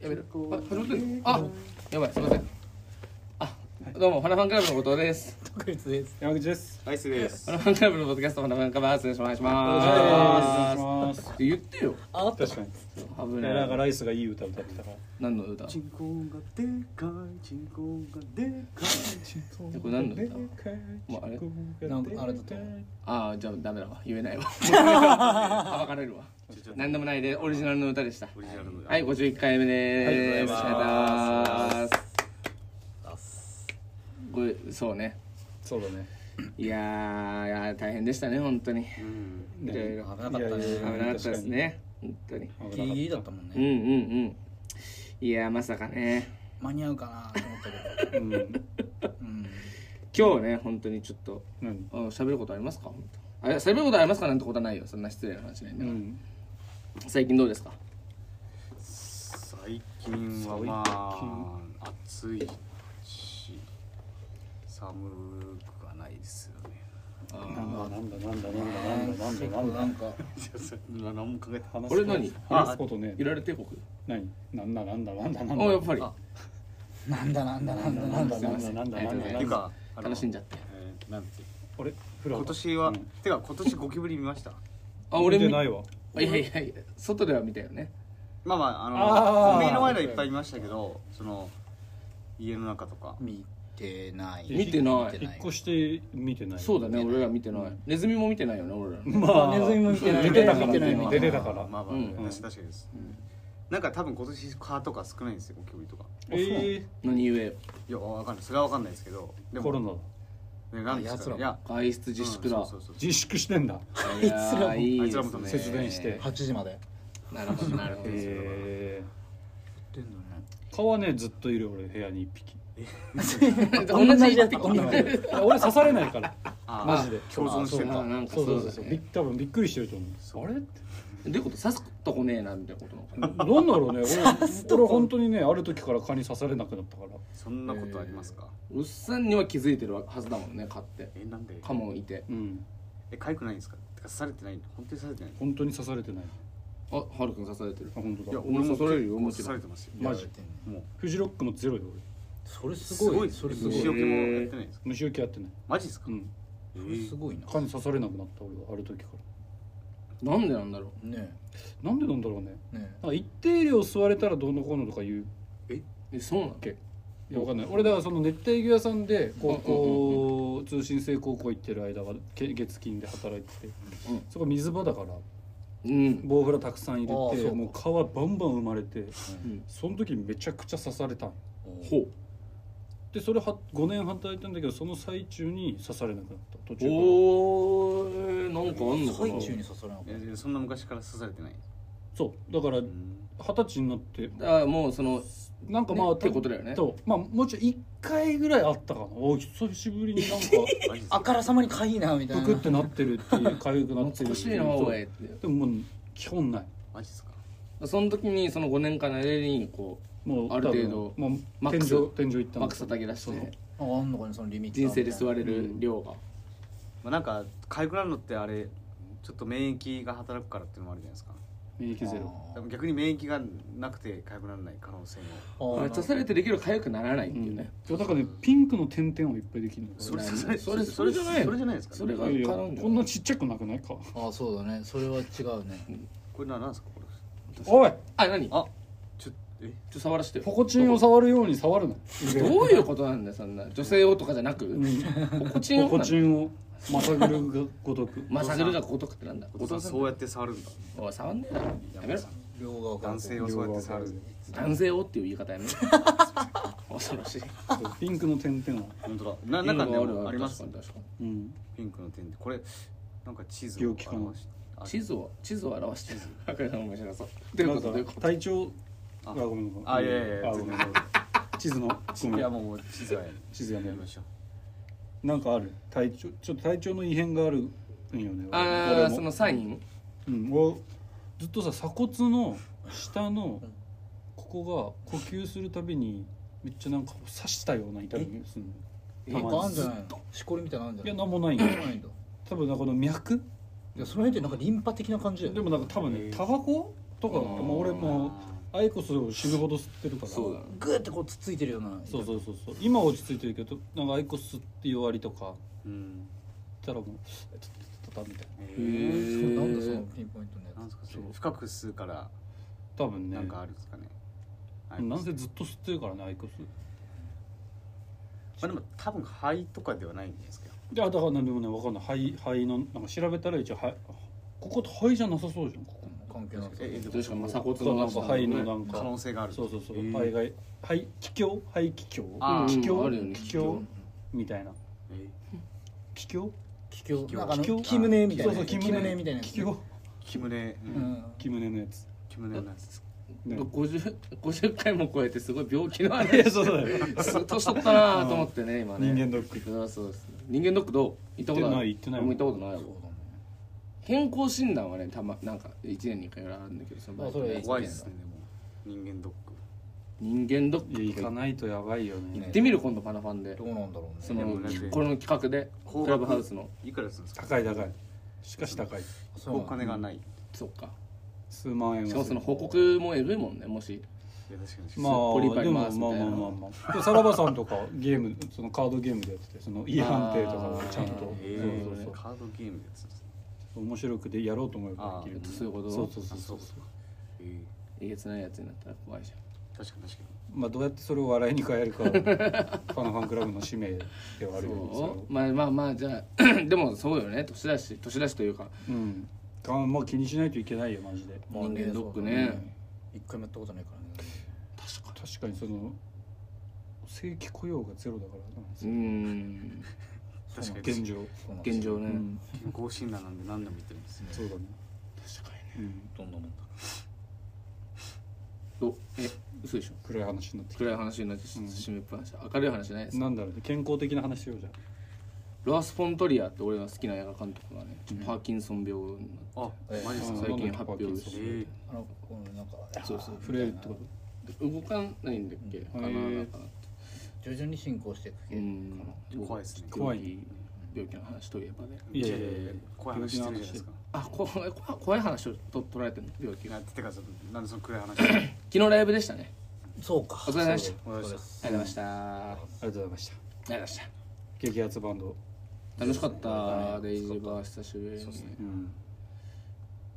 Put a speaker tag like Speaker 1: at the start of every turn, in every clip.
Speaker 1: やべあ始まってるあやばいすいませんあどうも花ファンクラブの後藤です
Speaker 2: 特別です。
Speaker 3: 山口です。
Speaker 4: アイスです。
Speaker 1: 花ファンクラブのポッドキャスト花ファンクラブハウスですお願いし
Speaker 3: お願い
Speaker 1: ま
Speaker 3: します
Speaker 1: すって言ってよ
Speaker 2: あった。
Speaker 3: 確かに。
Speaker 1: 危
Speaker 3: い
Speaker 1: な
Speaker 3: や
Speaker 1: い
Speaker 3: なんかライスがいい歌歌ってたから。
Speaker 1: 何の歌
Speaker 3: チンコがでかい、チンコがでかい、チンコ
Speaker 1: えこれ何の歌
Speaker 3: かい
Speaker 1: もうあれ
Speaker 3: チンコがでかい
Speaker 2: なんかあれだと思
Speaker 1: ああじゃあダメだわ言えないわはばかれるわ何でもないでオリジナルの歌でした
Speaker 4: オリジナルの。
Speaker 1: はい51回目です
Speaker 4: ありがとうございま
Speaker 1: あ
Speaker 4: す
Speaker 1: りがとうございますこれそうね
Speaker 3: そうだね。
Speaker 1: いやーいやー大変でしたね本当に
Speaker 4: うん。
Speaker 1: いろいろ
Speaker 2: 危なかった
Speaker 3: い
Speaker 2: ね
Speaker 3: や
Speaker 1: 危
Speaker 3: い
Speaker 1: な
Speaker 3: や
Speaker 1: かったですね本当に
Speaker 3: 危なかった
Speaker 2: ギリギリだったもん
Speaker 1: うん
Speaker 2: ね。
Speaker 1: うんうんいやーまさかね
Speaker 2: 間に合うかなと思ったけど。
Speaker 3: うん。
Speaker 2: うん。
Speaker 1: 今日ね本当にちょっと
Speaker 3: 何？
Speaker 1: あ喋ることありますか本当あ喋ることありますかなんてことはないよそんな失礼な話ないん
Speaker 3: う
Speaker 1: だから、
Speaker 3: ん。
Speaker 1: 最近どうですか
Speaker 4: 最近はまあ暑いし寒くはないですよね。
Speaker 3: なんだなんだなんだなんだなんだなんだ
Speaker 2: な
Speaker 3: なん
Speaker 2: ん
Speaker 3: だ。
Speaker 2: か
Speaker 4: いやそれ何も考えて
Speaker 3: 話
Speaker 1: こと
Speaker 3: すこ
Speaker 1: れ何
Speaker 3: 話すことね
Speaker 1: い。られ帝国
Speaker 3: 何？なんだなんだなんだなんだ。
Speaker 1: あやっぱり
Speaker 2: なんだなんだなんだなん
Speaker 3: な
Speaker 2: だなんん
Speaker 3: だ
Speaker 2: だ。
Speaker 3: なんだなんだ
Speaker 1: ありがとうございます
Speaker 4: な
Speaker 3: なんんだ。
Speaker 4: かあの
Speaker 1: 楽しんじゃって
Speaker 4: えーなんて
Speaker 3: 俺フラ
Speaker 4: 今年はてか今年ゴキブリ見ました。
Speaker 1: あ
Speaker 3: 俺
Speaker 1: 俺
Speaker 3: 見
Speaker 1: 見
Speaker 3: てないわ。
Speaker 1: いやいやいや外では見たよね
Speaker 4: まあまああの
Speaker 3: あー
Speaker 4: コンビニの前ではいっぱい見ましたけど、その家の中とか。
Speaker 2: 見てない。
Speaker 1: 見てない
Speaker 3: 引っ越して見てない。
Speaker 1: そうだね俺ら見てないネズミも見てないよね俺ら
Speaker 3: まあ
Speaker 2: ネズミも見てない
Speaker 3: 出てたから
Speaker 2: 見てない
Speaker 3: 出てたから。
Speaker 4: まあまあ
Speaker 1: うん
Speaker 4: 私確かにです。なんか多分今年蚊とか少ないんですよゴキブリとか。
Speaker 3: え
Speaker 1: 何故よ
Speaker 4: いやわかんないそれはわかんないですけど。
Speaker 3: え
Speaker 4: で
Speaker 3: コロ
Speaker 4: も
Speaker 3: ナだ。
Speaker 4: ねなんですかね
Speaker 2: あ奴ら
Speaker 4: いや
Speaker 1: 外出自粛だ、
Speaker 4: うんそうそうそう
Speaker 3: 自粛してんだ。
Speaker 1: いやー
Speaker 2: あいつらも
Speaker 1: いいです
Speaker 4: あいつらも
Speaker 1: ね
Speaker 3: 節電して
Speaker 2: 8時まで。
Speaker 1: なるほどなるほど、
Speaker 3: え
Speaker 2: ってんだね。
Speaker 3: え。蚊はねずっといる俺部屋に一匹。
Speaker 1: 同じやつ
Speaker 2: 同じやつ
Speaker 3: いや俺刺されないから。
Speaker 4: あー
Speaker 3: マジで
Speaker 4: 共存して
Speaker 1: あな
Speaker 4: た
Speaker 1: んか
Speaker 3: そ
Speaker 1: そうう
Speaker 3: そう
Speaker 1: だ
Speaker 3: そう
Speaker 1: ね
Speaker 3: そう、び多分びっくりしてると思う。あれって
Speaker 1: どういうこと刺すとこねえなみたいなことなのかな
Speaker 3: なんだろうね。俺俺本当にねある時から蚊に刺されなくなったから。
Speaker 4: そんなことありますか
Speaker 1: うっさんには気づいてるはずだもんね買って
Speaker 4: えなんで
Speaker 1: カモンいて
Speaker 3: うん。
Speaker 4: えかゆくないんですかてか刺されてないの本当に刺されてないの
Speaker 3: 本当に刺されてない。
Speaker 1: あはるくん刺されてる
Speaker 3: あ本当
Speaker 4: いや
Speaker 3: だ。
Speaker 4: 俺も
Speaker 1: 刺されるよもち
Speaker 4: 刺
Speaker 1: ろん
Speaker 4: されてますよ
Speaker 3: マジ
Speaker 2: やられてんね
Speaker 4: もう
Speaker 3: フジロックもゼロよ俺。
Speaker 2: それ
Speaker 4: す
Speaker 2: す
Speaker 4: ご
Speaker 2: ご
Speaker 4: い
Speaker 2: い。それすご
Speaker 4: 虫除
Speaker 2: い。
Speaker 4: けもやってないんですか
Speaker 3: 虫除けやってない。
Speaker 4: マジですか
Speaker 3: うん。
Speaker 4: え
Speaker 2: それす
Speaker 4: ー
Speaker 2: ごいな。
Speaker 3: 蚊に刺されなくなった俺はある時か
Speaker 1: なんでなんだろ
Speaker 2: ね
Speaker 3: ら。なんでなんだろうね。
Speaker 2: えね
Speaker 3: なんか一定量吸われたらどうのこうのとか言う。
Speaker 1: うえそうなの
Speaker 3: いやわかんない。俺だからその熱帯魚屋さんで高
Speaker 1: うん
Speaker 3: 校通信制高校行ってる間はけ月金で働いてて、
Speaker 1: うん
Speaker 3: そこ水場だから
Speaker 1: うん
Speaker 3: ボウフラたくさん
Speaker 2: あ
Speaker 3: 入
Speaker 2: あ
Speaker 3: れ
Speaker 2: そう
Speaker 3: て
Speaker 2: か
Speaker 3: もう蚊はバンバン生まれて。
Speaker 1: うん
Speaker 3: その時めちゃくちゃ刺されたん
Speaker 2: え。
Speaker 1: ほ
Speaker 3: でそれは5年働いたんだけどその最中に刺されなくなった途
Speaker 1: う
Speaker 3: 中から
Speaker 1: おーなんかあんのかな
Speaker 2: 最中に刺されなかっ
Speaker 4: えーそんな昔から刺されてない
Speaker 3: そうだから二十歳になって
Speaker 1: だからもうその
Speaker 3: なんかまあ、
Speaker 1: ねってことだよね
Speaker 3: とまあもうちろん1回ぐらいあったかなお久しぶりに なんか
Speaker 4: マジです
Speaker 2: た。あ
Speaker 4: か
Speaker 2: からさまにかいいなみた
Speaker 3: ブ
Speaker 2: い
Speaker 3: クっ
Speaker 2: な。
Speaker 3: てなってるっていうかゆくなって
Speaker 1: 懐
Speaker 3: る
Speaker 1: かしいな
Speaker 3: そう
Speaker 1: おいって
Speaker 3: でももう基本ない
Speaker 4: マジですか
Speaker 1: その時にその5年間の間にこ
Speaker 3: もう
Speaker 1: ある程度
Speaker 3: 多分も
Speaker 1: マ
Speaker 3: う
Speaker 1: ッ
Speaker 3: 天
Speaker 1: クス
Speaker 3: 井天井行った
Speaker 1: う
Speaker 3: の
Speaker 1: マクサ叩き出して
Speaker 3: そう
Speaker 1: ね
Speaker 2: ああんのかねそのリミッター
Speaker 1: 人
Speaker 2: みたい
Speaker 1: 生
Speaker 2: な。
Speaker 1: で座れる量が
Speaker 4: まあなんかかゆくなるのってあれちょっと免疫が働くからっていうのもあるじゃないですか
Speaker 3: 免疫ゼロ
Speaker 4: でも逆に免疫がなくてかゆくならない可能性も
Speaker 2: あー。あー
Speaker 1: 刺されてできる痒くならないっていうね
Speaker 3: そうだからねピンクの点々をいっぱいできるの
Speaker 4: それ
Speaker 1: それ
Speaker 4: それ
Speaker 1: それそれじゃない
Speaker 4: それじゃないですか
Speaker 1: それが
Speaker 3: いやいや
Speaker 1: 蚊なんじゃない
Speaker 3: こんなちっちゃくなくないか
Speaker 2: ああそうだねそれは違うね
Speaker 4: これななんですかこれ
Speaker 3: おい
Speaker 1: あ何ちょっ
Speaker 4: あちょえ
Speaker 1: と触らせてよ
Speaker 3: ポコチンを触るように触るな
Speaker 1: どういうことなんだよそんな女性をとかじゃなく、ポコチン
Speaker 3: ポ
Speaker 1: を
Speaker 3: コ
Speaker 1: な
Speaker 3: チ
Speaker 1: の
Speaker 3: ンをまさぐるがごとく
Speaker 1: まあ探るがごとくってなんだ
Speaker 4: お父さんそうやって触るんだ
Speaker 1: おい触んねえだろやめろ
Speaker 2: 両側からこう
Speaker 4: 男性をそうやって触る
Speaker 1: 男性をっていう言い方やめろ恐ろしい
Speaker 3: ピンクの点々は、
Speaker 4: 本当だななんかで
Speaker 1: いいの
Speaker 4: も
Speaker 1: が
Speaker 4: あります
Speaker 1: 確かに確か
Speaker 3: うん、
Speaker 4: ピンクの点でこれなんか地図を
Speaker 3: 病気かな
Speaker 4: 表しあ
Speaker 1: に地図を地図を表してる赤井さん面白そうということどう
Speaker 3: ないん
Speaker 1: う
Speaker 3: か
Speaker 1: こと
Speaker 3: 体調
Speaker 4: あ
Speaker 3: あごめんごめん
Speaker 4: あいやいやいや
Speaker 3: あごめん地図のご
Speaker 4: い
Speaker 3: め
Speaker 4: や
Speaker 3: ん
Speaker 4: もう地図はやる
Speaker 3: 地図や
Speaker 4: や
Speaker 3: め
Speaker 4: り
Speaker 3: ま
Speaker 4: ま
Speaker 3: し
Speaker 4: しょう
Speaker 3: たなんかある体調ちょっと体調の異変があるんよね
Speaker 1: ああその
Speaker 3: も、
Speaker 1: サイン
Speaker 3: うん、俺ずっとさ鎖骨の下のここが呼吸するたびにめっちゃなんか刺したような痛みがするの
Speaker 1: え
Speaker 2: なんかあんじゃ
Speaker 3: い
Speaker 2: ないのしこりみたいなのあんじゃな
Speaker 3: や
Speaker 2: いの
Speaker 3: なんもないん
Speaker 2: い
Speaker 3: よ
Speaker 2: やないんだ
Speaker 3: 多分なんかこの脈
Speaker 2: いやその辺ってなんかリンパ的な感じだよ
Speaker 3: で
Speaker 2: ね
Speaker 3: もなんか多分ねタバコとか、
Speaker 1: うん
Speaker 3: まあ、俺もうあいこそれを死ぬほど吸ってるから
Speaker 1: そうだね
Speaker 2: グーってこうつっついてるような
Speaker 3: そうそうそうそう今は落ち着いてるけどなんかアイコスって弱りとか
Speaker 4: うん
Speaker 3: 言ったらもうえちょっとたたみたいな
Speaker 4: へ
Speaker 1: へ
Speaker 4: え
Speaker 1: え
Speaker 2: なんだそのピンポイントのや
Speaker 4: なんですかそれ
Speaker 3: そう
Speaker 4: 深く吸うから
Speaker 3: 多分ね
Speaker 4: なんかあるんですかねはいま
Speaker 3: なんせずっと吸ってるからねアイコス
Speaker 4: あでも多分肺とかではないんじゃないですか
Speaker 3: いやだから何でもね分かんない肺肺のなんか調べたら一応肺ここって肺じゃなさそうじゃんここ
Speaker 2: つ関係なくて
Speaker 4: ええでも
Speaker 1: 確かにまあ鎖骨の
Speaker 3: なんか肺の
Speaker 1: ね
Speaker 3: なんか
Speaker 4: 可能性がある
Speaker 3: そうそうそう
Speaker 4: へえ
Speaker 3: 肺が肺気胸肺気胸
Speaker 4: あー
Speaker 3: 気
Speaker 1: うんあるよね
Speaker 3: 胸気
Speaker 1: 気
Speaker 3: 胸みたいな
Speaker 4: え
Speaker 3: 気胸
Speaker 2: 気
Speaker 4: 気
Speaker 2: 胸
Speaker 4: 胸
Speaker 2: なんかあの
Speaker 3: 気胸
Speaker 2: 気胸みたい
Speaker 3: そう
Speaker 2: な
Speaker 3: そう
Speaker 2: やつ
Speaker 3: 気
Speaker 2: 気胸
Speaker 3: 胸
Speaker 2: みたいなやつ
Speaker 3: 気胸
Speaker 4: キムネう
Speaker 2: うんん
Speaker 3: 気胸のやつ
Speaker 4: キムネのやつです
Speaker 3: ね
Speaker 1: 50, 50回も超えてすごい病気のあ
Speaker 3: い
Speaker 1: れ
Speaker 3: やそ うだよ
Speaker 1: 年取ったなと思ってね今ね
Speaker 3: 人間ドック
Speaker 1: 間そうです人間ドックどう行ったことある
Speaker 3: 行ってない
Speaker 1: 俺も
Speaker 3: 行
Speaker 1: 行
Speaker 3: っ
Speaker 1: ってた
Speaker 3: な
Speaker 1: ことない
Speaker 3: い
Speaker 2: そう
Speaker 1: わ
Speaker 2: だね
Speaker 1: 健康診断はねたまなんか1年に1回ぐらいあるんだけどそ
Speaker 2: あそれ
Speaker 4: 怖いですねでも人間ドック
Speaker 1: 人間ドッ
Speaker 3: いや
Speaker 1: ク
Speaker 3: 行かないとやばいよね
Speaker 1: 行ってみる今度パナファンで
Speaker 2: どうなんだろ
Speaker 1: そう
Speaker 2: ね
Speaker 1: の
Speaker 4: でも
Speaker 1: こ
Speaker 4: なんで
Speaker 1: の企画で
Speaker 4: 高額
Speaker 1: クラブハウスの
Speaker 4: いくらするんですか
Speaker 3: 高い高いしかし高い
Speaker 2: そう
Speaker 4: お金がないい
Speaker 1: そっか
Speaker 3: 数万円は
Speaker 1: しかもその報告もえぐいもんねもし
Speaker 4: や確かに
Speaker 3: ま
Speaker 1: ポリ
Speaker 3: あ
Speaker 1: パ
Speaker 3: で
Speaker 1: リ
Speaker 3: もまあ
Speaker 1: 回すみ
Speaker 3: ま
Speaker 1: たいな
Speaker 3: あまあまあでさらばさんとか ゲームそのカードゲームでやっててその家判定とかをちゃんと
Speaker 1: あ
Speaker 4: え
Speaker 1: そうそう
Speaker 4: え
Speaker 1: そう
Speaker 4: カードゲームのやつです
Speaker 3: 面白くでやろうと思えばできる
Speaker 1: あーそういうこと
Speaker 3: そうそうそう
Speaker 4: そ
Speaker 3: そうう
Speaker 4: そうえ
Speaker 1: えげつないやつになったら怖いじゃん
Speaker 4: え確かに確かに
Speaker 3: まあどうやってそれを笑いに変え るかファンファンクラブの使命ではあるんですけ
Speaker 1: そ
Speaker 3: ど
Speaker 1: うまあまあまあじゃあ でもそうよね年だし年だしというか
Speaker 3: うんあんま気にしないといけないよマジで
Speaker 2: まあ
Speaker 1: 人
Speaker 2: ね
Speaker 1: 間ドック
Speaker 2: そうだ
Speaker 1: ね
Speaker 2: 一回もやったことないからね
Speaker 3: 確かにその正規雇用がゼロだからなんです
Speaker 1: うー
Speaker 3: よ
Speaker 1: ん
Speaker 4: 確かに
Speaker 3: 現状
Speaker 2: そうなんです
Speaker 1: 現
Speaker 2: よ
Speaker 1: 状
Speaker 3: う
Speaker 1: ね、
Speaker 3: ん
Speaker 4: 健康診断なんで何でも言ってるんですね
Speaker 3: そうだね
Speaker 1: 確かにね
Speaker 3: うん
Speaker 2: どんなもんだ
Speaker 1: おえ嘘でしょ
Speaker 3: 暗い話になってき
Speaker 1: 暗い話になってし
Speaker 3: うん
Speaker 1: 締めっぱなし明るい話ないです
Speaker 3: たなんだろうね健康的な話しようじゃん
Speaker 1: ロアス・フォントリアって俺が好きな映画監督がねちょっとパーキンソン病にな
Speaker 4: あマジです
Speaker 1: っ
Speaker 4: か
Speaker 1: て
Speaker 3: うん
Speaker 1: 最近発表し
Speaker 3: う
Speaker 4: ええ
Speaker 2: あのこのなんか
Speaker 1: そうそう
Speaker 3: 触れるってこと
Speaker 1: て動かないんだっけかな
Speaker 3: へー
Speaker 1: なんか
Speaker 2: 徐々に進行していく
Speaker 1: う
Speaker 2: 系か
Speaker 1: ん
Speaker 4: 怖いですね
Speaker 3: 怖い
Speaker 1: 病気病気の話といえばね
Speaker 3: いやいやいや
Speaker 4: 怖い話してるじゃないですか
Speaker 1: あこ怖い怖い話をと捉えてるの病気が
Speaker 4: やってかちょっとなんでその 暗い話あり
Speaker 1: 昨日ライブでしたね
Speaker 2: なそうか
Speaker 1: お疲れ様でした
Speaker 2: そうです
Speaker 1: ありがとうございましたあり
Speaker 3: ありがとうございました
Speaker 1: がとうございました
Speaker 3: 激アツバンド
Speaker 1: 楽しかったデイジーバー久しぶりに
Speaker 3: うん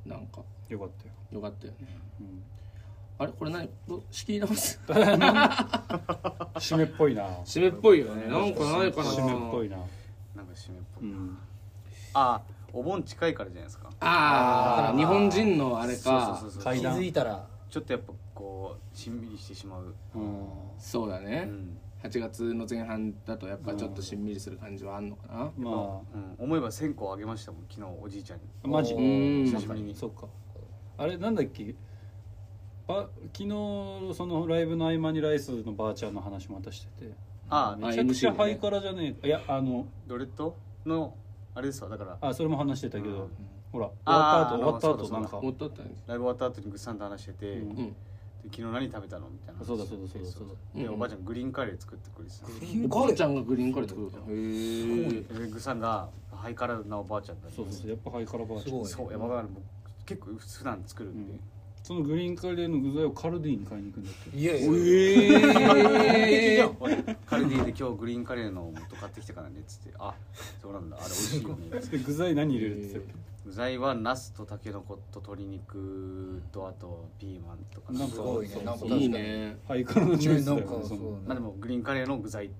Speaker 1: なんか
Speaker 3: よかったよ、
Speaker 1: よかったよね
Speaker 3: うん、
Speaker 1: あれこれ何ど仕切り直す
Speaker 3: 締めっぽいな
Speaker 1: 締めっぽいよね なんかないかな
Speaker 3: 締めっぽいな
Speaker 4: なんか締めっぽ
Speaker 3: う
Speaker 4: い
Speaker 3: ん
Speaker 4: あお盆近いからじゃないですか
Speaker 1: ああ日本人のあれか
Speaker 4: そうそうそうそう
Speaker 3: 階
Speaker 2: 気
Speaker 3: 段
Speaker 2: づいたら
Speaker 4: ちょっとやっぱこうしんみりしてしまう
Speaker 3: うん
Speaker 1: そうだ
Speaker 4: う
Speaker 1: ね、
Speaker 4: ん
Speaker 1: 8月の前半だとやっぱちょっとしんみりする感じはあんのかな、
Speaker 3: ま
Speaker 4: うん思えば線香あげましたもん昨日おじいちゃんに
Speaker 3: あマジ
Speaker 2: う
Speaker 1: ーん
Speaker 4: 久しぶりに
Speaker 3: そうかあれなんだっけば昨日そのライブの合間にライスのばあちゃんの話もまたしてて
Speaker 4: あ
Speaker 1: あ
Speaker 3: めちゃくちゃ
Speaker 1: MC
Speaker 3: ハイカラじゃねえかいやあの
Speaker 4: ドレッドのあれですわだから
Speaker 3: あそれも話してたけど、
Speaker 4: うん
Speaker 3: ほら
Speaker 4: あー
Speaker 3: 終わった後終わった
Speaker 4: あの
Speaker 3: 後なんか
Speaker 1: 持っとったんです
Speaker 4: ライブ終わった後にぐっさんと話してて、
Speaker 3: うん
Speaker 4: で
Speaker 1: うん
Speaker 4: 昨日何食べたのみたいな
Speaker 3: そうだそうだそうだそう
Speaker 4: だで
Speaker 1: うん
Speaker 4: おばあちゃんグリーンカレー作ってくれてた
Speaker 1: おばあちゃんがグリーンカレー作るかへえ
Speaker 4: でぐっさんがハイカラなおばあちゃんだ
Speaker 3: そうそうそうやっぱハイカラばあち
Speaker 2: す
Speaker 3: ゃん
Speaker 2: ごい
Speaker 4: そうやばか僕結構普段作るんで、
Speaker 3: うんそのグリーンカレーの具材をカルディに買いに行くんだって
Speaker 2: いやいや
Speaker 1: ええ
Speaker 4: 俺カルディで今日グリーンカレーの素買ってきてからねっつってあそうなんだあれ美味しいよねっつって
Speaker 3: で具材何入れるって言ってたっ
Speaker 4: 具材はナスとタケノコと鶏肉とあとピーマンとか
Speaker 3: なん
Speaker 2: す
Speaker 3: か
Speaker 2: ごいね
Speaker 3: そう
Speaker 2: なんか確か
Speaker 1: いい
Speaker 2: に
Speaker 1: ね
Speaker 3: けハイカラのチョイスだ
Speaker 2: な
Speaker 3: よ
Speaker 2: ん
Speaker 3: ね
Speaker 2: かそ
Speaker 3: その
Speaker 2: う
Speaker 4: まあでもグリーンカレーの具材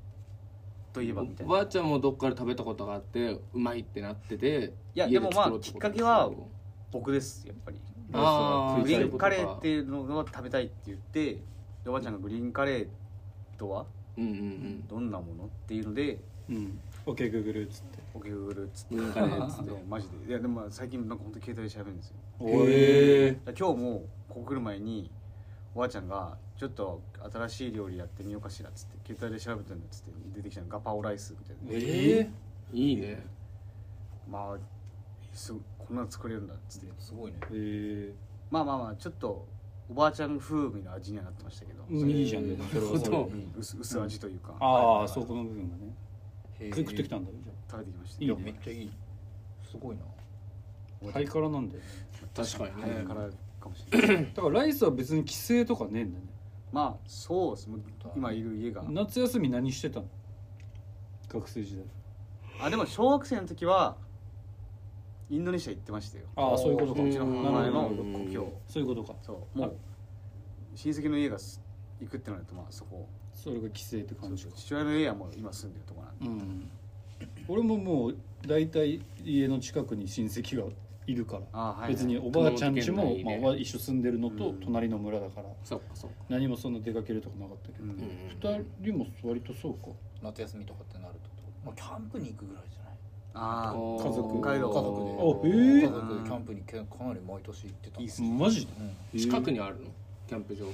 Speaker 4: といえばみた
Speaker 1: お
Speaker 4: い
Speaker 1: ば
Speaker 4: な
Speaker 1: あちゃんもどっかで食べたことがあってうまいってなってて
Speaker 4: いや
Speaker 1: 家
Speaker 4: でもまあ
Speaker 1: 作ろうてこと
Speaker 4: きっかけは僕ですやっぱり
Speaker 1: あー
Speaker 4: グリーンカレ
Speaker 1: そういうことか
Speaker 4: ーっていうのが食べたいって言ってでおばあちゃんがグリーンカレーとは
Speaker 1: うんうん
Speaker 4: どんなものっていうので
Speaker 3: うんオッケーグーグルっつって
Speaker 4: オケグールっつって
Speaker 1: グリーンカレーっつって
Speaker 4: そう マジでいやでもまあ最近なんか本当携帯で喋るんですよ
Speaker 1: うん
Speaker 3: え
Speaker 1: え
Speaker 4: だから今日もここ来る前におばあちゃんが「ちょっと新しい料理やってみようかしら」っつって携帯で調べてんだっつって出てきたのガパオライスみたいな、
Speaker 3: え
Speaker 1: いいね
Speaker 4: まあすこんなの作れるんだっつって
Speaker 2: すごいね
Speaker 3: ええ
Speaker 4: まあまあまあちょっとおばあちゃん風味の味にはなってましたけど、
Speaker 3: うんいいじゃんねそれはそれ
Speaker 1: なる
Speaker 3: で
Speaker 1: ほど
Speaker 4: うん薄薄味というか、
Speaker 3: ああそうこの部分がね
Speaker 2: へー
Speaker 3: 食ってきたんだよじゃ
Speaker 4: 食べてきました
Speaker 3: いい
Speaker 4: よ
Speaker 3: よ
Speaker 2: めっちゃいいすごいな
Speaker 3: あハイカラなんだよね
Speaker 1: 確かに
Speaker 4: ハイ
Speaker 1: ね
Speaker 4: カラかもしれない
Speaker 3: だからライスは別に帰省とかねえんだね
Speaker 4: まあそうですね今いる家が
Speaker 3: 夏休み何してたの学生時代
Speaker 4: あでも小学生の時はインドネシア行ってましたよ
Speaker 3: ああそういうことか
Speaker 1: うん
Speaker 4: うちの母
Speaker 3: な
Speaker 4: 前
Speaker 3: るほ
Speaker 4: の
Speaker 3: ど
Speaker 4: 故郷
Speaker 3: そういうことか
Speaker 4: そうもう親戚の家がす行くってなるとまあそこ
Speaker 3: それが帰省って感じか
Speaker 4: 父親の家はもう今住んでるとこなんで
Speaker 3: うん俺ももう大体家の近くに親戚がいるから
Speaker 4: あーはい
Speaker 3: 別におばあちゃん家
Speaker 1: 熊
Speaker 3: も
Speaker 1: 本県内
Speaker 3: まあ
Speaker 1: ね
Speaker 3: おば一緒住んでるのと
Speaker 4: うん
Speaker 3: 隣の村だから
Speaker 1: そうかそうか
Speaker 3: 何もそんな出かけるとかなかったけ
Speaker 4: う
Speaker 3: ど
Speaker 1: うんうんん
Speaker 3: 2人も割とそうか
Speaker 2: 夏休みとかってなるとまあキャンプに行くぐらいじゃない
Speaker 4: あー
Speaker 1: 家
Speaker 3: 家族
Speaker 4: 北海道
Speaker 2: 家族で
Speaker 1: あ
Speaker 3: えー
Speaker 2: 家族でキャンプにけかなり毎年行ってた
Speaker 4: いいっす
Speaker 3: マジで
Speaker 2: うん
Speaker 1: 近く
Speaker 3: に
Speaker 1: にあるのキャンプ場が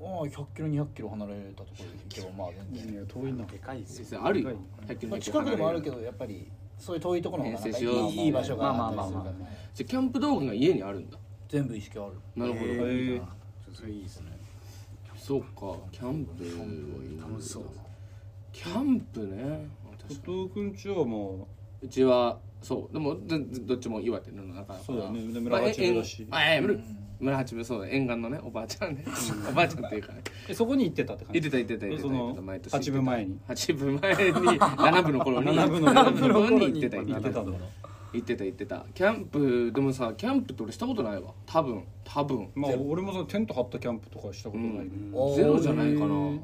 Speaker 2: まあ100キロ200キロ離れたところで行けばまあ全然
Speaker 3: いや遠いな
Speaker 4: でかいです
Speaker 1: 先
Speaker 4: よ
Speaker 1: 生あるよ100キロ
Speaker 2: まあ
Speaker 1: の
Speaker 2: 近くでもあるけ
Speaker 1: じ
Speaker 2: どやっぱりそういう遠いところの方がなんか
Speaker 1: 遠征しよう
Speaker 2: いいいい場所があったりする
Speaker 4: まあまあま
Speaker 2: か
Speaker 4: あ
Speaker 2: ら
Speaker 4: ま
Speaker 2: ね
Speaker 1: ゃあキャンプ道具が家にあるんだ
Speaker 2: 全部意識ある
Speaker 1: なるほど、
Speaker 4: え
Speaker 3: ー
Speaker 4: いいなちょっとそれいいですね
Speaker 1: そうかキャンプ
Speaker 4: 楽しそう
Speaker 1: キャンプね確かに
Speaker 3: 後藤君ちはも
Speaker 1: うちはそうでもどどっちも岩手の中だから
Speaker 3: そうだねで
Speaker 1: ま
Speaker 3: 村
Speaker 1: あ
Speaker 3: 八分
Speaker 1: え
Speaker 3: だし
Speaker 1: えんあええ村
Speaker 2: うん
Speaker 1: 村八分そうだ沿岸のねおばあちゃん ねおばあちゃんっていうかね
Speaker 3: うえそこに行ってたって感
Speaker 1: 言って
Speaker 3: じ
Speaker 1: た言ってた言
Speaker 3: え
Speaker 1: って
Speaker 3: そ
Speaker 1: た言ってた
Speaker 3: の
Speaker 1: 毎年
Speaker 3: 8分前に
Speaker 1: 八分前 に七分の頃に
Speaker 3: 七分の
Speaker 1: 七分の頃に行ってた
Speaker 3: 行
Speaker 1: 行
Speaker 3: っ
Speaker 1: ってて
Speaker 3: た
Speaker 1: た
Speaker 3: んだ
Speaker 1: 行ってた行ってたキャンプでもさキャンプって俺したことないわ多分多分
Speaker 3: まあ俺もそのテント張ったキャンプとかしたことないけど
Speaker 4: うん
Speaker 2: あー
Speaker 1: ゼロじゃないか
Speaker 3: へ
Speaker 1: な
Speaker 3: ー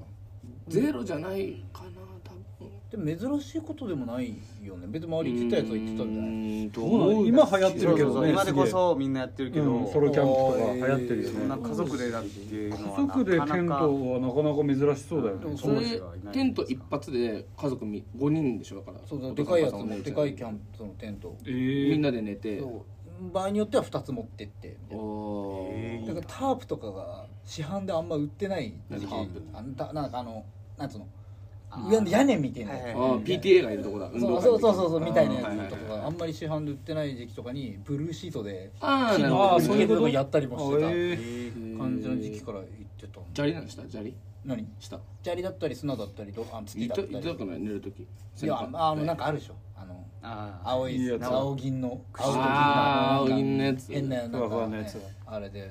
Speaker 1: ゼロじゃないかな多分
Speaker 2: でも珍しいことでもないよね別に周り行ってたやつは行ってたんじゃない
Speaker 1: ど
Speaker 3: うなん今流行って
Speaker 4: そ
Speaker 3: る
Speaker 4: う
Speaker 3: け
Speaker 4: そう
Speaker 3: ど
Speaker 4: そう
Speaker 3: ね
Speaker 4: 今でこそみんなやってるけど、
Speaker 3: うんソロキャンプとか流行ってるよ
Speaker 4: そんな
Speaker 3: ね
Speaker 4: 家族でだっていうのは
Speaker 3: 家族でテントはなかなか珍しそうだよ
Speaker 1: で
Speaker 3: ね
Speaker 1: も
Speaker 4: ん
Speaker 1: そ
Speaker 4: 友達
Speaker 1: れ
Speaker 4: がいないんですか
Speaker 1: テント一発で家族み5人でしょだから
Speaker 2: そうだ
Speaker 1: お
Speaker 2: で
Speaker 1: 父
Speaker 2: かい
Speaker 1: さんお母さ
Speaker 2: やつ
Speaker 1: んお
Speaker 2: も
Speaker 1: 姉ちゃん
Speaker 2: でかいキャンプそのテント
Speaker 3: え
Speaker 1: みん
Speaker 3: ー
Speaker 1: なで寝て
Speaker 2: そう場合によっては2つ持ってってみたいな
Speaker 1: お
Speaker 4: え
Speaker 2: だからタープとかが市販であんま売ってない時期
Speaker 1: タープ
Speaker 2: あんたなんかあのなんつうの
Speaker 4: あ
Speaker 2: 上の屋根みたいな
Speaker 4: はい
Speaker 1: あ
Speaker 4: はい
Speaker 2: や
Speaker 4: あ
Speaker 2: つ
Speaker 1: ー PTA がいるとこだ運動
Speaker 2: そ
Speaker 1: 会
Speaker 2: うそうそうそうそうみたいな
Speaker 1: あーは
Speaker 2: や
Speaker 1: い
Speaker 2: つと
Speaker 1: はいはい
Speaker 2: かあんまり市販で売ってない時期とかにブルーシートで
Speaker 1: ああなる
Speaker 3: あ
Speaker 1: ほど
Speaker 3: ー
Speaker 2: 木
Speaker 3: そう
Speaker 2: の
Speaker 3: い
Speaker 2: 家
Speaker 3: うこと
Speaker 2: とかやったりもして
Speaker 3: え
Speaker 2: た
Speaker 3: ー
Speaker 4: えー
Speaker 2: 感じの時期から行ってた
Speaker 1: 砂利なんでした砂利
Speaker 2: 何
Speaker 1: した
Speaker 2: 砂利だったり砂だったりどあ土だった
Speaker 1: 痛
Speaker 2: り
Speaker 1: 痛くない寝るとき
Speaker 2: いやあのなんかあるでしょあの
Speaker 4: あー
Speaker 2: 青い
Speaker 3: いいやつ
Speaker 2: 青銀の
Speaker 4: あー
Speaker 2: 青と銀
Speaker 1: 青銀のやつ
Speaker 2: 変なやつ
Speaker 3: ふわふわのやつ
Speaker 2: あれで
Speaker 4: ん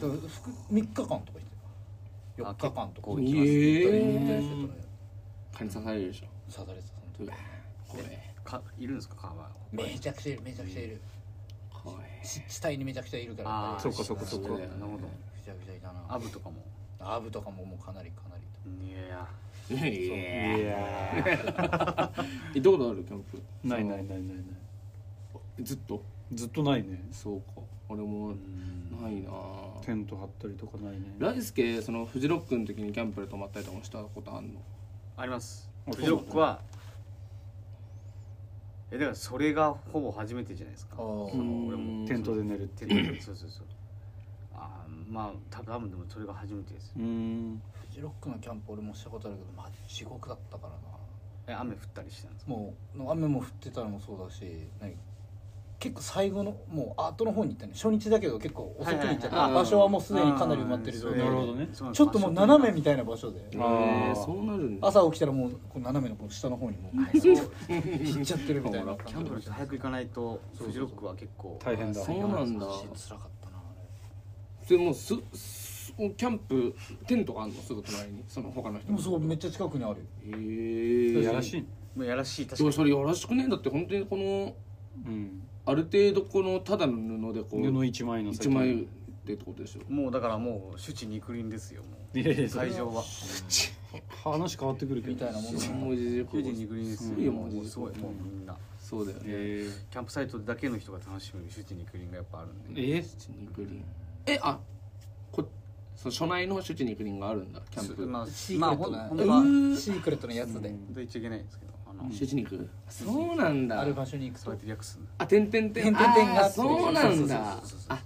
Speaker 2: そうふく3日間とか行ってた
Speaker 4: あ
Speaker 2: 4日間とか
Speaker 4: 結
Speaker 1: 行
Speaker 4: 構
Speaker 2: 行っ
Speaker 1: き
Speaker 2: た
Speaker 1: ます
Speaker 2: り
Speaker 1: ね
Speaker 2: 行ったりしてたね
Speaker 1: 蚊に刺されるでしょ
Speaker 2: 刺されてたその時
Speaker 1: うわー怖え
Speaker 4: かいるんですか川は
Speaker 2: めちゃくちゃいるめちゃくちゃいる
Speaker 1: 怖え
Speaker 2: し死体にめちゃくちゃいるからやっぱり
Speaker 3: そっかそっかそっか
Speaker 1: そうだよ
Speaker 4: なるほど
Speaker 2: ぐちゃぐちゃいた
Speaker 4: ア
Speaker 2: な
Speaker 4: ブとかも
Speaker 2: アブとかももうかなりかなりい
Speaker 4: い
Speaker 2: た
Speaker 4: や
Speaker 1: いやいや
Speaker 3: いや
Speaker 1: 行ったことあるキャンプ
Speaker 3: ーないないないないない
Speaker 1: ずっと
Speaker 3: ずっとないね
Speaker 1: そうか俺もないなあ
Speaker 3: テント張ったりとかないね
Speaker 1: ライスケそのフジロックの時にキャンプで泊まったりとかもしたことあんの
Speaker 4: あります
Speaker 3: あそう
Speaker 4: フジロックはえだからそれがほぼ初めてじゃないですか
Speaker 2: あー
Speaker 4: その俺も
Speaker 3: テントで寝るって
Speaker 4: テントそうそうそうあーまあ多分でもそれが初めてです
Speaker 3: うーん
Speaker 2: フジロックのキャンプ俺もしたことあるけどまあ地獄だったからな
Speaker 4: え雨降ったりしたんですか
Speaker 2: もう雨も降ってたのもそうだし何結構最後のもう後の方に行ったね初日だけど結構遅くに行っちゃった、
Speaker 1: はいはいはい
Speaker 2: 場所はもうすでにかなり埋まってる状態で
Speaker 3: なるほどね
Speaker 2: ちょっともう斜め
Speaker 4: め
Speaker 2: みたいな場所で
Speaker 1: え
Speaker 3: あー
Speaker 1: ーそうなるんだ
Speaker 2: 朝起きたらもうこう斜めのこう下の方にもう行っちゃってるみたいな
Speaker 4: キャンプの人早く行かないとフジロックは結構
Speaker 3: 大変だ
Speaker 1: そうなんだ
Speaker 2: つらかったなあ
Speaker 1: それもうすすキャンプテントがあんのすぐ隣にその他の
Speaker 2: れ
Speaker 1: 人
Speaker 2: でもそうめ
Speaker 1: へ
Speaker 2: っちゃ近くにあるよ
Speaker 1: え
Speaker 3: や
Speaker 1: ー、
Speaker 3: らしいね
Speaker 4: もうやらしい確
Speaker 1: そ
Speaker 4: か
Speaker 1: れ
Speaker 4: に
Speaker 1: それよろしくねえだって本当にこの
Speaker 3: うん
Speaker 1: ある程度このただの布でこ
Speaker 3: 布
Speaker 1: う
Speaker 3: 一枚の
Speaker 1: 一枚でってことでしょ
Speaker 4: もうだからもう手地肉林ですよもう
Speaker 3: いやいやそれ
Speaker 4: 会場は
Speaker 3: 話変わってくるけど
Speaker 2: みたいなもんだ
Speaker 1: 文字熟
Speaker 4: 手地
Speaker 1: 語
Speaker 4: 肉林です
Speaker 1: すごいよ
Speaker 4: よ
Speaker 1: もう
Speaker 4: もうすごいもうみんな
Speaker 1: そうだよね
Speaker 3: え
Speaker 4: キャンプサイトだけの人が楽しめる手地肉林がやっぱあるん
Speaker 3: ー、
Speaker 4: で
Speaker 3: え
Speaker 1: 肉林えあこその所内の主治肉林があるんだキャンプ
Speaker 4: まあ
Speaker 2: シー
Speaker 4: まあ
Speaker 2: ク
Speaker 4: ほ
Speaker 2: レ
Speaker 4: ん
Speaker 2: ッ
Speaker 4: ほ
Speaker 2: ト
Speaker 4: ん
Speaker 2: な
Speaker 4: とは本
Speaker 2: シークレットのやつで、
Speaker 4: 当言っちゃいけないんですけどあの
Speaker 1: 主治肉そうなんだ
Speaker 2: ある場所に行く
Speaker 4: そう
Speaker 2: と
Speaker 4: やって略すんだ
Speaker 1: あ点々点
Speaker 2: てんてんてんが
Speaker 1: あーそうなんだ
Speaker 4: そうそうそうそう
Speaker 1: あ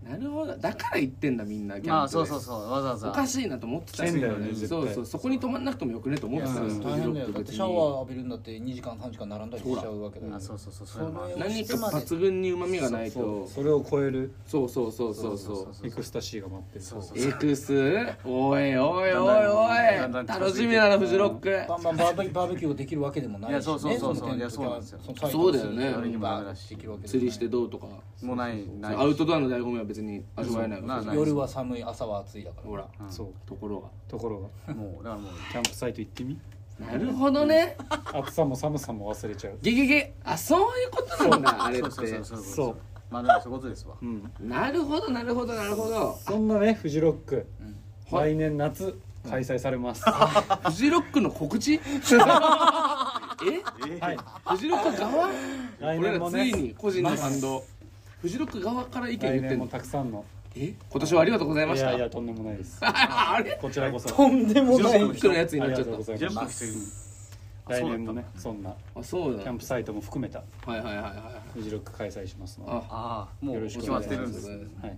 Speaker 1: なるほどだから言ってんだみんなキャンプで
Speaker 4: まあそうそうそうわざわざ
Speaker 1: おかしいなと思ってた
Speaker 3: 変だよね絶対
Speaker 1: そうそうそこに泊まんなくてもよくねと思ってた
Speaker 3: いや
Speaker 1: ん
Speaker 3: そう
Speaker 1: です
Speaker 2: 大変だよだってシャワー
Speaker 1: ー
Speaker 2: 浴びるんだって2時間3時間並んだりしちゃうわけだよ
Speaker 4: あそうそうそうそ
Speaker 2: そ
Speaker 4: れ
Speaker 2: れ
Speaker 4: もある
Speaker 2: を
Speaker 1: 何か抜群にうまみがない
Speaker 3: そ
Speaker 1: と
Speaker 3: うそれを超える
Speaker 1: そうそうそうそうそう
Speaker 4: そう
Speaker 3: エクスタシーが待ってる
Speaker 4: そうそう
Speaker 1: エクスおいおいおい
Speaker 4: だん
Speaker 1: お
Speaker 4: だ
Speaker 1: い
Speaker 4: ん
Speaker 1: 楽しみだなフジロッ
Speaker 2: バ
Speaker 1: ク
Speaker 2: ンバンバーベバーベキューができるわけでもないし、ね、
Speaker 4: いやそうそうそうそう
Speaker 2: の
Speaker 4: いやそうなんですよ
Speaker 2: のタイトル
Speaker 1: そうだよね
Speaker 2: バーッとできるわけでもない
Speaker 1: 釣りしてどうとか
Speaker 4: もうないない
Speaker 1: アウトドアの醍醐味は別別に味わえない
Speaker 4: そうなない
Speaker 2: 夜は寒い朝は暑いだから
Speaker 1: ほら
Speaker 4: うん
Speaker 3: そう
Speaker 1: ところ
Speaker 3: ところが
Speaker 4: もうだからもう
Speaker 3: キャンプサイト行ってみ
Speaker 1: がなるほどね
Speaker 3: 暑さも寒さも忘れちゃう
Speaker 1: ゲゲゲあそういうことなんだあれっ
Speaker 4: そうそうそう
Speaker 1: て
Speaker 4: そういうこと
Speaker 3: そう
Speaker 4: まあだからそういうことですわ
Speaker 3: うん
Speaker 1: なるほどなるほどなるほど
Speaker 3: そんなねフジロック
Speaker 2: うん
Speaker 3: 来年夏開催されます
Speaker 1: フジロックの告 知え
Speaker 4: え
Speaker 3: はい
Speaker 1: フジロック側
Speaker 3: 来
Speaker 1: 俺ら
Speaker 3: 年も
Speaker 1: つ
Speaker 3: ね
Speaker 1: いに個人の反動フジロック側から意見言
Speaker 3: 来
Speaker 1: って
Speaker 3: 年
Speaker 1: ん
Speaker 3: も
Speaker 1: の
Speaker 3: たくさんの
Speaker 1: え今年はありがとうございま
Speaker 3: い
Speaker 1: した
Speaker 3: やいやとんでもないです
Speaker 1: あ れ
Speaker 3: こちらこそ
Speaker 2: とんで
Speaker 1: フ
Speaker 2: も
Speaker 1: ジロ
Speaker 2: ない
Speaker 1: ックの人のやつに
Speaker 3: あ
Speaker 1: な
Speaker 3: り
Speaker 1: っ
Speaker 3: が
Speaker 1: ちゃ
Speaker 3: と
Speaker 1: っ
Speaker 3: うござい
Speaker 4: ジャン
Speaker 3: ま
Speaker 4: プ
Speaker 3: す
Speaker 4: してるあ
Speaker 3: 来
Speaker 4: そうだった
Speaker 3: 年もねそんな
Speaker 1: たあそうだ
Speaker 3: キャンプサイトも含めた
Speaker 1: はいはいはいはい
Speaker 3: フジロック開催しますので、は
Speaker 1: あ
Speaker 4: ああも
Speaker 3: よ
Speaker 4: う
Speaker 3: ろしく
Speaker 4: 決
Speaker 3: お
Speaker 4: ま
Speaker 3: 願
Speaker 4: っ
Speaker 3: いしてま
Speaker 4: る
Speaker 3: す
Speaker 4: んですね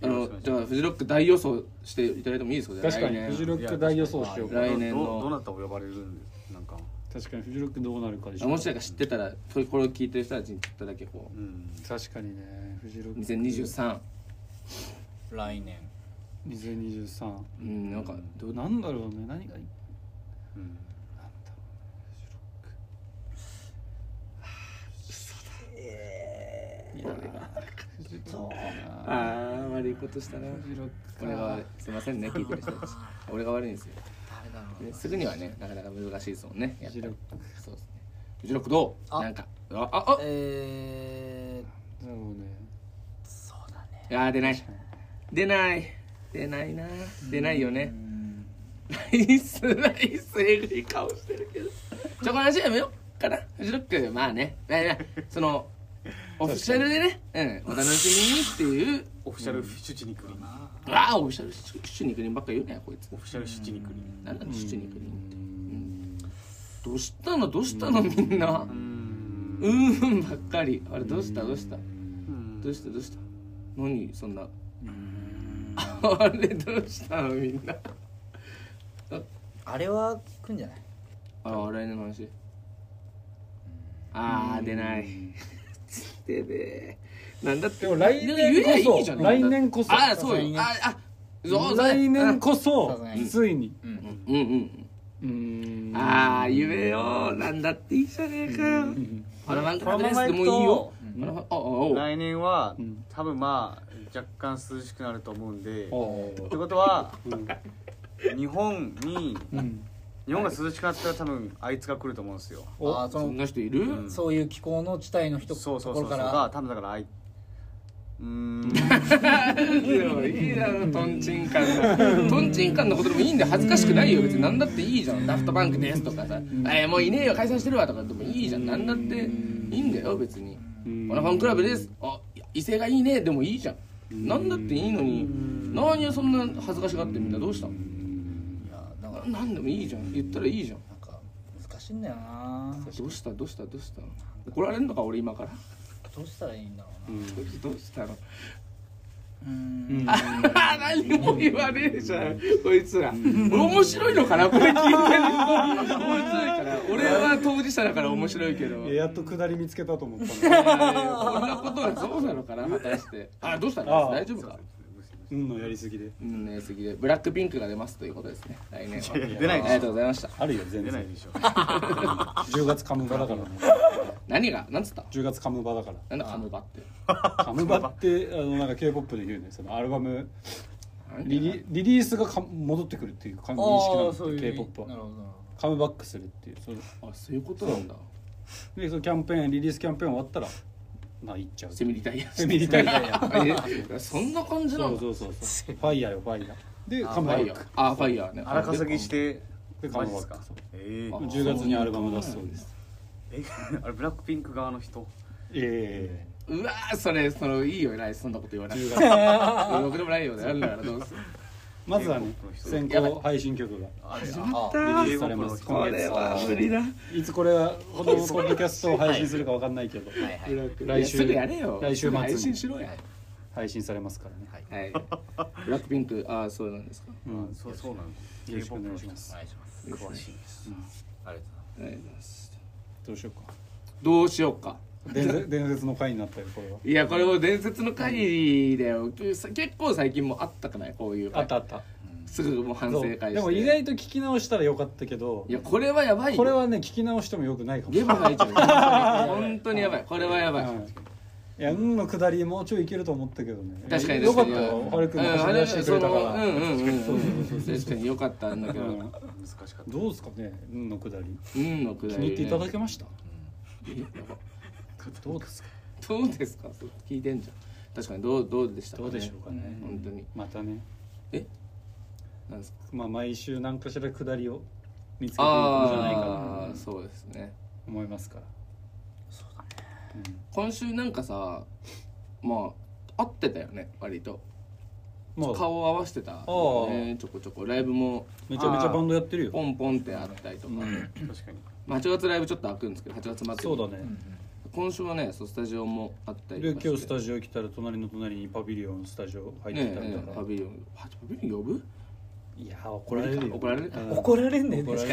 Speaker 3: い、
Speaker 1: あのじゃあフジロック大予想していただいてもいいですか
Speaker 3: 確かにフジロ
Speaker 4: い
Speaker 3: ッ
Speaker 4: や
Speaker 3: ク大予想しよう
Speaker 1: 来
Speaker 3: か
Speaker 1: 年の
Speaker 4: どどなたを呼ばれるんですなんか
Speaker 3: 確かにフジロックどうなるかでしょう
Speaker 1: もしなんか知ってたらこれこれを聞いてる人たちにちょっとだけこ
Speaker 4: うん
Speaker 3: 確かにねフジロッ
Speaker 1: う
Speaker 3: ク
Speaker 1: 2023
Speaker 2: 来年
Speaker 3: 2023
Speaker 1: うんなんかどう
Speaker 3: なんだろうね何がい
Speaker 4: うん
Speaker 3: いなんだろうねフジロックはあ嘘だいやー
Speaker 1: ああ悪いことしたな
Speaker 3: フジロック
Speaker 1: 俺
Speaker 3: か
Speaker 1: がすいませんね聞いてる人たち俺が悪いんですよ、
Speaker 2: 誰だろう
Speaker 1: ねすぐにはねなかなか難しいですもんねやっ
Speaker 3: フ
Speaker 1: ぱり
Speaker 3: ジロック
Speaker 1: そうですねフジロックどう
Speaker 2: あ
Speaker 1: なんかあああ
Speaker 2: え
Speaker 3: だろうね
Speaker 2: ー、そうだね
Speaker 1: いやー出ない出ない出ないな出ないよね
Speaker 2: うん
Speaker 1: ナイスナイスえぐい顔してるけどちょこの話やめようかなフジロックまあねまあねそのオフィシャルでねうんお楽しみにっていう
Speaker 4: オフィシャルシュチニクリン
Speaker 1: ああオフィシャルシュシュニクリンばっか言うねこいつ
Speaker 4: オフィシャルシュチニクリン
Speaker 1: なんなのシュニクリンって
Speaker 3: うん
Speaker 1: どうしたのどうしたのみんな
Speaker 4: うん
Speaker 1: うーんばっかりあれどうしたどうした
Speaker 4: うん
Speaker 1: どうしたどうした何そんな あれどうしたのみんな
Speaker 2: あれは来んじゃない
Speaker 1: ああ来年の話ああ出ない 出ねえなんだって
Speaker 3: でも来年
Speaker 1: 言え
Speaker 3: こそ
Speaker 1: ばいいじゃん
Speaker 3: 来年こそ
Speaker 1: ああそうよ
Speaker 2: 来年
Speaker 1: ああそうだね
Speaker 3: 来年こ
Speaker 2: さ
Speaker 3: そ
Speaker 2: すがに
Speaker 3: ついに
Speaker 2: うん
Speaker 1: うんうん
Speaker 3: うーん
Speaker 1: ああ言えよなんだっていいじゃねえかよ
Speaker 3: うん
Speaker 1: この番
Speaker 4: この
Speaker 1: 組
Speaker 4: ま
Speaker 1: で
Speaker 4: ますい
Speaker 1: で
Speaker 4: く
Speaker 1: もいいよ
Speaker 4: と
Speaker 1: このああおう
Speaker 4: 来年は
Speaker 3: うん
Speaker 4: 多分まあ若干涼しくなると思うんでっ
Speaker 3: あ
Speaker 4: てことは日本に
Speaker 3: あうん
Speaker 4: 日本が涼しくなったら多分あいつが来ると思うんですよ
Speaker 3: お
Speaker 2: あーそ
Speaker 1: そ
Speaker 2: の
Speaker 1: んな人いる
Speaker 4: うん
Speaker 2: そういう気候の地帯の人
Speaker 4: そうそう
Speaker 2: とこ
Speaker 4: そう
Speaker 2: ろ
Speaker 4: そ
Speaker 2: か
Speaker 4: う
Speaker 2: ら
Speaker 4: が多分だからあいうーん
Speaker 1: いいだろトンチンカンがトンチンカンのことでもいいんで恥ずかしくないよ別に何だっていいじゃんダフトバンクですとかさ「えーもういねえよ解散してるわ」とかでもいいじゃん何だっていいんだよ別に「
Speaker 3: う
Speaker 1: こ
Speaker 3: ん
Speaker 1: のファンクラブです」あ「異性がいいね」でもいいじゃん何だっていいのに何をそんな恥ずかしがってみんなどうしたの
Speaker 2: いやだから
Speaker 1: 何でもいいじゃん言ったらいいじゃん
Speaker 2: なんか難しいんだよな
Speaker 1: どうしたどうしたどうした怒られんのか俺今から
Speaker 2: どうしたらいいんだろう
Speaker 3: う
Speaker 2: なん
Speaker 1: どうしたの
Speaker 2: うーん
Speaker 3: うん
Speaker 1: あー 何も言わねえじゃんこいつら面白いのかなこれ聞いてる人面白いから俺は当事者だから面白いけどい
Speaker 3: い
Speaker 1: やい
Speaker 3: ややっと下り見つけたと思ったの
Speaker 1: やこんなことはそうなのかな果たしてあどうしたの
Speaker 3: あー
Speaker 1: 大丈夫か
Speaker 3: うんのやりすぎで
Speaker 1: うんね次でブラックピンクが出ますということですね来年は
Speaker 4: 出ない
Speaker 1: あり
Speaker 4: でし
Speaker 1: がとう
Speaker 4: ょ
Speaker 1: ございました
Speaker 3: あるよ全
Speaker 4: 出ない
Speaker 3: 然
Speaker 4: でしょ
Speaker 3: 10月カムバだからね
Speaker 1: 何が何つった
Speaker 3: 10月カムバだか
Speaker 1: なんだカムバって
Speaker 3: らカムバってあのなんか K-POP で言うねそのアルバムリリリリースがか戻ってくるっていう感認識な
Speaker 2: あ
Speaker 3: の
Speaker 2: あそういう
Speaker 3: K-POP
Speaker 2: な
Speaker 3: は
Speaker 2: るほどなるほ
Speaker 3: カムバックするっていうその
Speaker 1: あそういうことなんだ
Speaker 3: でそのキャンペーンリリースキャンペーン終わったらまあ行っちゃう
Speaker 1: セミリタイヤ
Speaker 3: セミリタイヤ
Speaker 1: え そんな感じな
Speaker 3: そう
Speaker 1: の
Speaker 3: そうそうそうファイヤーよファイヤーで
Speaker 4: あ
Speaker 3: カム
Speaker 1: フ
Speaker 3: バ
Speaker 1: ァイ
Speaker 3: ッ
Speaker 1: ヤ
Speaker 3: ク
Speaker 1: ーあファイヤーね
Speaker 4: 荒稼ぎして
Speaker 3: でカ
Speaker 4: マ
Speaker 3: ム
Speaker 4: ジで
Speaker 3: バッ
Speaker 4: すか
Speaker 3: クそう
Speaker 4: え
Speaker 1: あ
Speaker 4: え
Speaker 3: 10月にアルバム出すそうです
Speaker 4: えあれブラックピンク側の人
Speaker 3: え
Speaker 1: うわーそれそのいいよ偉いそんなこと言わ
Speaker 3: え
Speaker 1: ない
Speaker 3: 10月
Speaker 1: ろくでもないよねなんだからどうす る
Speaker 3: まずはね先行配信曲が
Speaker 4: あれ
Speaker 2: どあー
Speaker 4: あ
Speaker 3: リリースされます
Speaker 4: こ
Speaker 3: 今月
Speaker 1: 無理だ
Speaker 3: いつこれはこのポッドキャストを配信するかわかんないけど
Speaker 2: はいはい
Speaker 3: 来
Speaker 1: いやす
Speaker 3: 週
Speaker 1: ぐやれよ
Speaker 3: 来週末に
Speaker 1: 配信しろや
Speaker 3: 配信されますからね
Speaker 1: はいブラックピンクああそうなんですか
Speaker 3: うん
Speaker 4: そうそうなんです
Speaker 3: よろしくお願いしま
Speaker 2: お
Speaker 3: す
Speaker 2: 願いします
Speaker 4: 詳しいです
Speaker 2: ありがとうご
Speaker 1: あり
Speaker 2: ざいます
Speaker 1: がとうございます
Speaker 3: どうしようか
Speaker 1: どうしようか
Speaker 3: 伝 説伝説の回になったよこれはい
Speaker 1: やこれも伝説の回だよ結構最近もあったかないこういう
Speaker 3: あったあった
Speaker 1: すぐもう反省
Speaker 3: そ
Speaker 1: 会
Speaker 3: う
Speaker 1: して
Speaker 3: でも意外と聞き直したらよかったけど
Speaker 1: いやこれはやばいよ
Speaker 3: これはね聞き直してもよくないかもし
Speaker 1: ゲ
Speaker 3: れ
Speaker 1: ブ
Speaker 3: な
Speaker 1: 入
Speaker 3: い
Speaker 1: っちゃう本当にやばいこれはやばい
Speaker 3: うんいや運の下りもうちょいいけると思ったけどね
Speaker 1: 確かに
Speaker 3: よ
Speaker 1: 確
Speaker 3: か
Speaker 1: かに
Speaker 3: った
Speaker 1: う
Speaker 3: よ
Speaker 1: ん
Speaker 3: ハル君が走らせてくれたか
Speaker 1: あ
Speaker 3: ら、
Speaker 1: れそのうんうんうん
Speaker 3: そうそうそうそう
Speaker 1: 確かに良かったんだけ
Speaker 3: う
Speaker 1: ど
Speaker 3: ん
Speaker 4: 難しかった
Speaker 3: どうですかね運の下り
Speaker 1: 運のく
Speaker 3: 気
Speaker 1: だ
Speaker 3: に入
Speaker 1: り
Speaker 3: ってい
Speaker 1: ね
Speaker 3: ただけました
Speaker 1: え
Speaker 3: どうですか
Speaker 1: どうですか聞いてんじゃん確かにどうどうでしたか
Speaker 3: ど
Speaker 1: ね
Speaker 3: うでしょうかね
Speaker 1: 本当に
Speaker 3: またね
Speaker 1: えなんですか
Speaker 3: まあ毎週何かしら下りを見つけていくんじゃないか
Speaker 1: ああ
Speaker 3: な
Speaker 1: ーそうですね
Speaker 3: 思いますから
Speaker 1: 今週なんかさまあ合ってたよね割と
Speaker 3: まあ
Speaker 1: 顔を合わせてたよねちょこちょこライブも
Speaker 3: めちゃめちゃバンドやってるよ
Speaker 1: ポンポンってあったりとか、
Speaker 3: うん
Speaker 4: 確かに
Speaker 1: まあ、8月ライブちょっと開くんですけど8月末に
Speaker 3: そうだね
Speaker 1: 今週はねそうスタジオもあったり
Speaker 3: で
Speaker 1: とかして
Speaker 3: 今日スタジオ来たら隣の隣にパビリオンスタジオ入って
Speaker 1: ね
Speaker 3: たり
Speaker 1: え
Speaker 3: と
Speaker 1: ねえ
Speaker 3: か
Speaker 1: パビリオンあパビリオン呼ぶ
Speaker 3: いやー怒られるよ
Speaker 1: 怒られる
Speaker 3: うん
Speaker 2: 怒られんねん
Speaker 3: 怒ら
Speaker 2: ね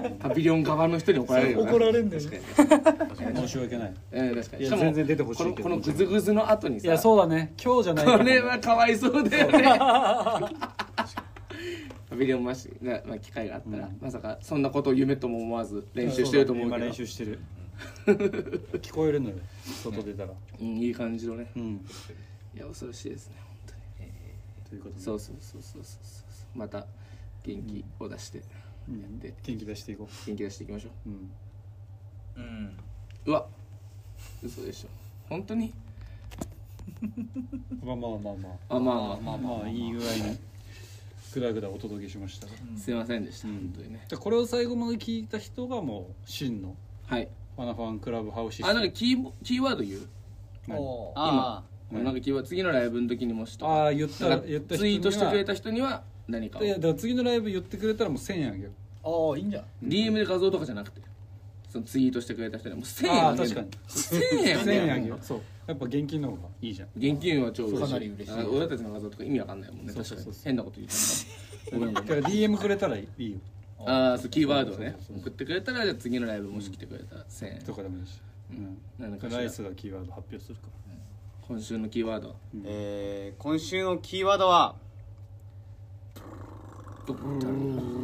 Speaker 3: れる
Speaker 1: パビリオン側の人に怒られるよな
Speaker 2: 怒られんねんね
Speaker 1: 確かに
Speaker 3: 申し訳ない
Speaker 1: ええ確かに
Speaker 3: い
Speaker 1: し
Speaker 3: や
Speaker 1: かも
Speaker 3: 全然出てほしいけど
Speaker 1: このこのグズグズの後に
Speaker 3: い
Speaker 1: さ
Speaker 3: やそうだね今日じゃない
Speaker 1: これはかわいそう だよねパビリオンもし、なまあ、機会があったら、
Speaker 3: うん
Speaker 1: まさかそんなことを夢とも思わず練習してると思うけど
Speaker 3: 今練習して る聞こえるのよ外出たら
Speaker 1: うん、いい感じのね
Speaker 3: うん
Speaker 1: いや恐ろしいですね本当に
Speaker 3: ということで
Speaker 1: そうそうそうそうそうそうまた元気を出してや
Speaker 3: うん
Speaker 1: って
Speaker 3: 元気出していこ
Speaker 1: 元気出していきましょ
Speaker 3: ううん
Speaker 2: うん
Speaker 1: ううわ嘘でしょ本当に
Speaker 3: まあまあまあまあ
Speaker 1: あまあまあま
Speaker 3: まあまあいい具合にぐだぐだお届けしましたが
Speaker 1: あすいませんでした、
Speaker 3: うん
Speaker 1: 本当にね
Speaker 3: じゃあこれを最後まで聞いた人がもう真の
Speaker 1: はい
Speaker 3: ファナファンクラブハウシス
Speaker 1: あなんかキーボキーワード言う、
Speaker 2: おー
Speaker 1: あ
Speaker 3: はい
Speaker 1: なんかキーワード次のライブの時にもしとか
Speaker 3: ああ言った
Speaker 1: なんか
Speaker 3: 言った人
Speaker 1: ツイートしてくれ
Speaker 3: た
Speaker 1: た人には何かを
Speaker 3: いやだから次のライブ言ってくれたらもう1000円あげよ
Speaker 2: ああいいんじゃん
Speaker 1: DM で画像とかじゃなくてそのツイートしてくれた人にはもう1000
Speaker 3: う
Speaker 1: 円
Speaker 3: ああ
Speaker 1: げる
Speaker 3: 確かに
Speaker 1: 1000円あ
Speaker 3: 1000
Speaker 1: げる
Speaker 3: 円あげようそうやっぱ現金の方がいいじゃん
Speaker 1: 現金は超嬉しい
Speaker 2: かなり嬉しい
Speaker 1: あ俺たちの画像とか意味わかんないもんね
Speaker 3: そう
Speaker 1: 確
Speaker 3: そ
Speaker 1: か
Speaker 3: うそう
Speaker 1: に変なこと言ってたごめんご
Speaker 3: だ
Speaker 1: めん
Speaker 3: から DM くれたらいいよ
Speaker 1: ああそうキーワードをね
Speaker 3: そうそうそうそう
Speaker 1: 送ってくれたらじゃあ次のライブもし来てくれたら1000円
Speaker 3: とかでもいいし、うん
Speaker 1: なんかしら
Speaker 3: ライスがキーワード発表するか
Speaker 1: 今週のキーワードは
Speaker 4: えー今週のキーワードは
Speaker 1: ドブーン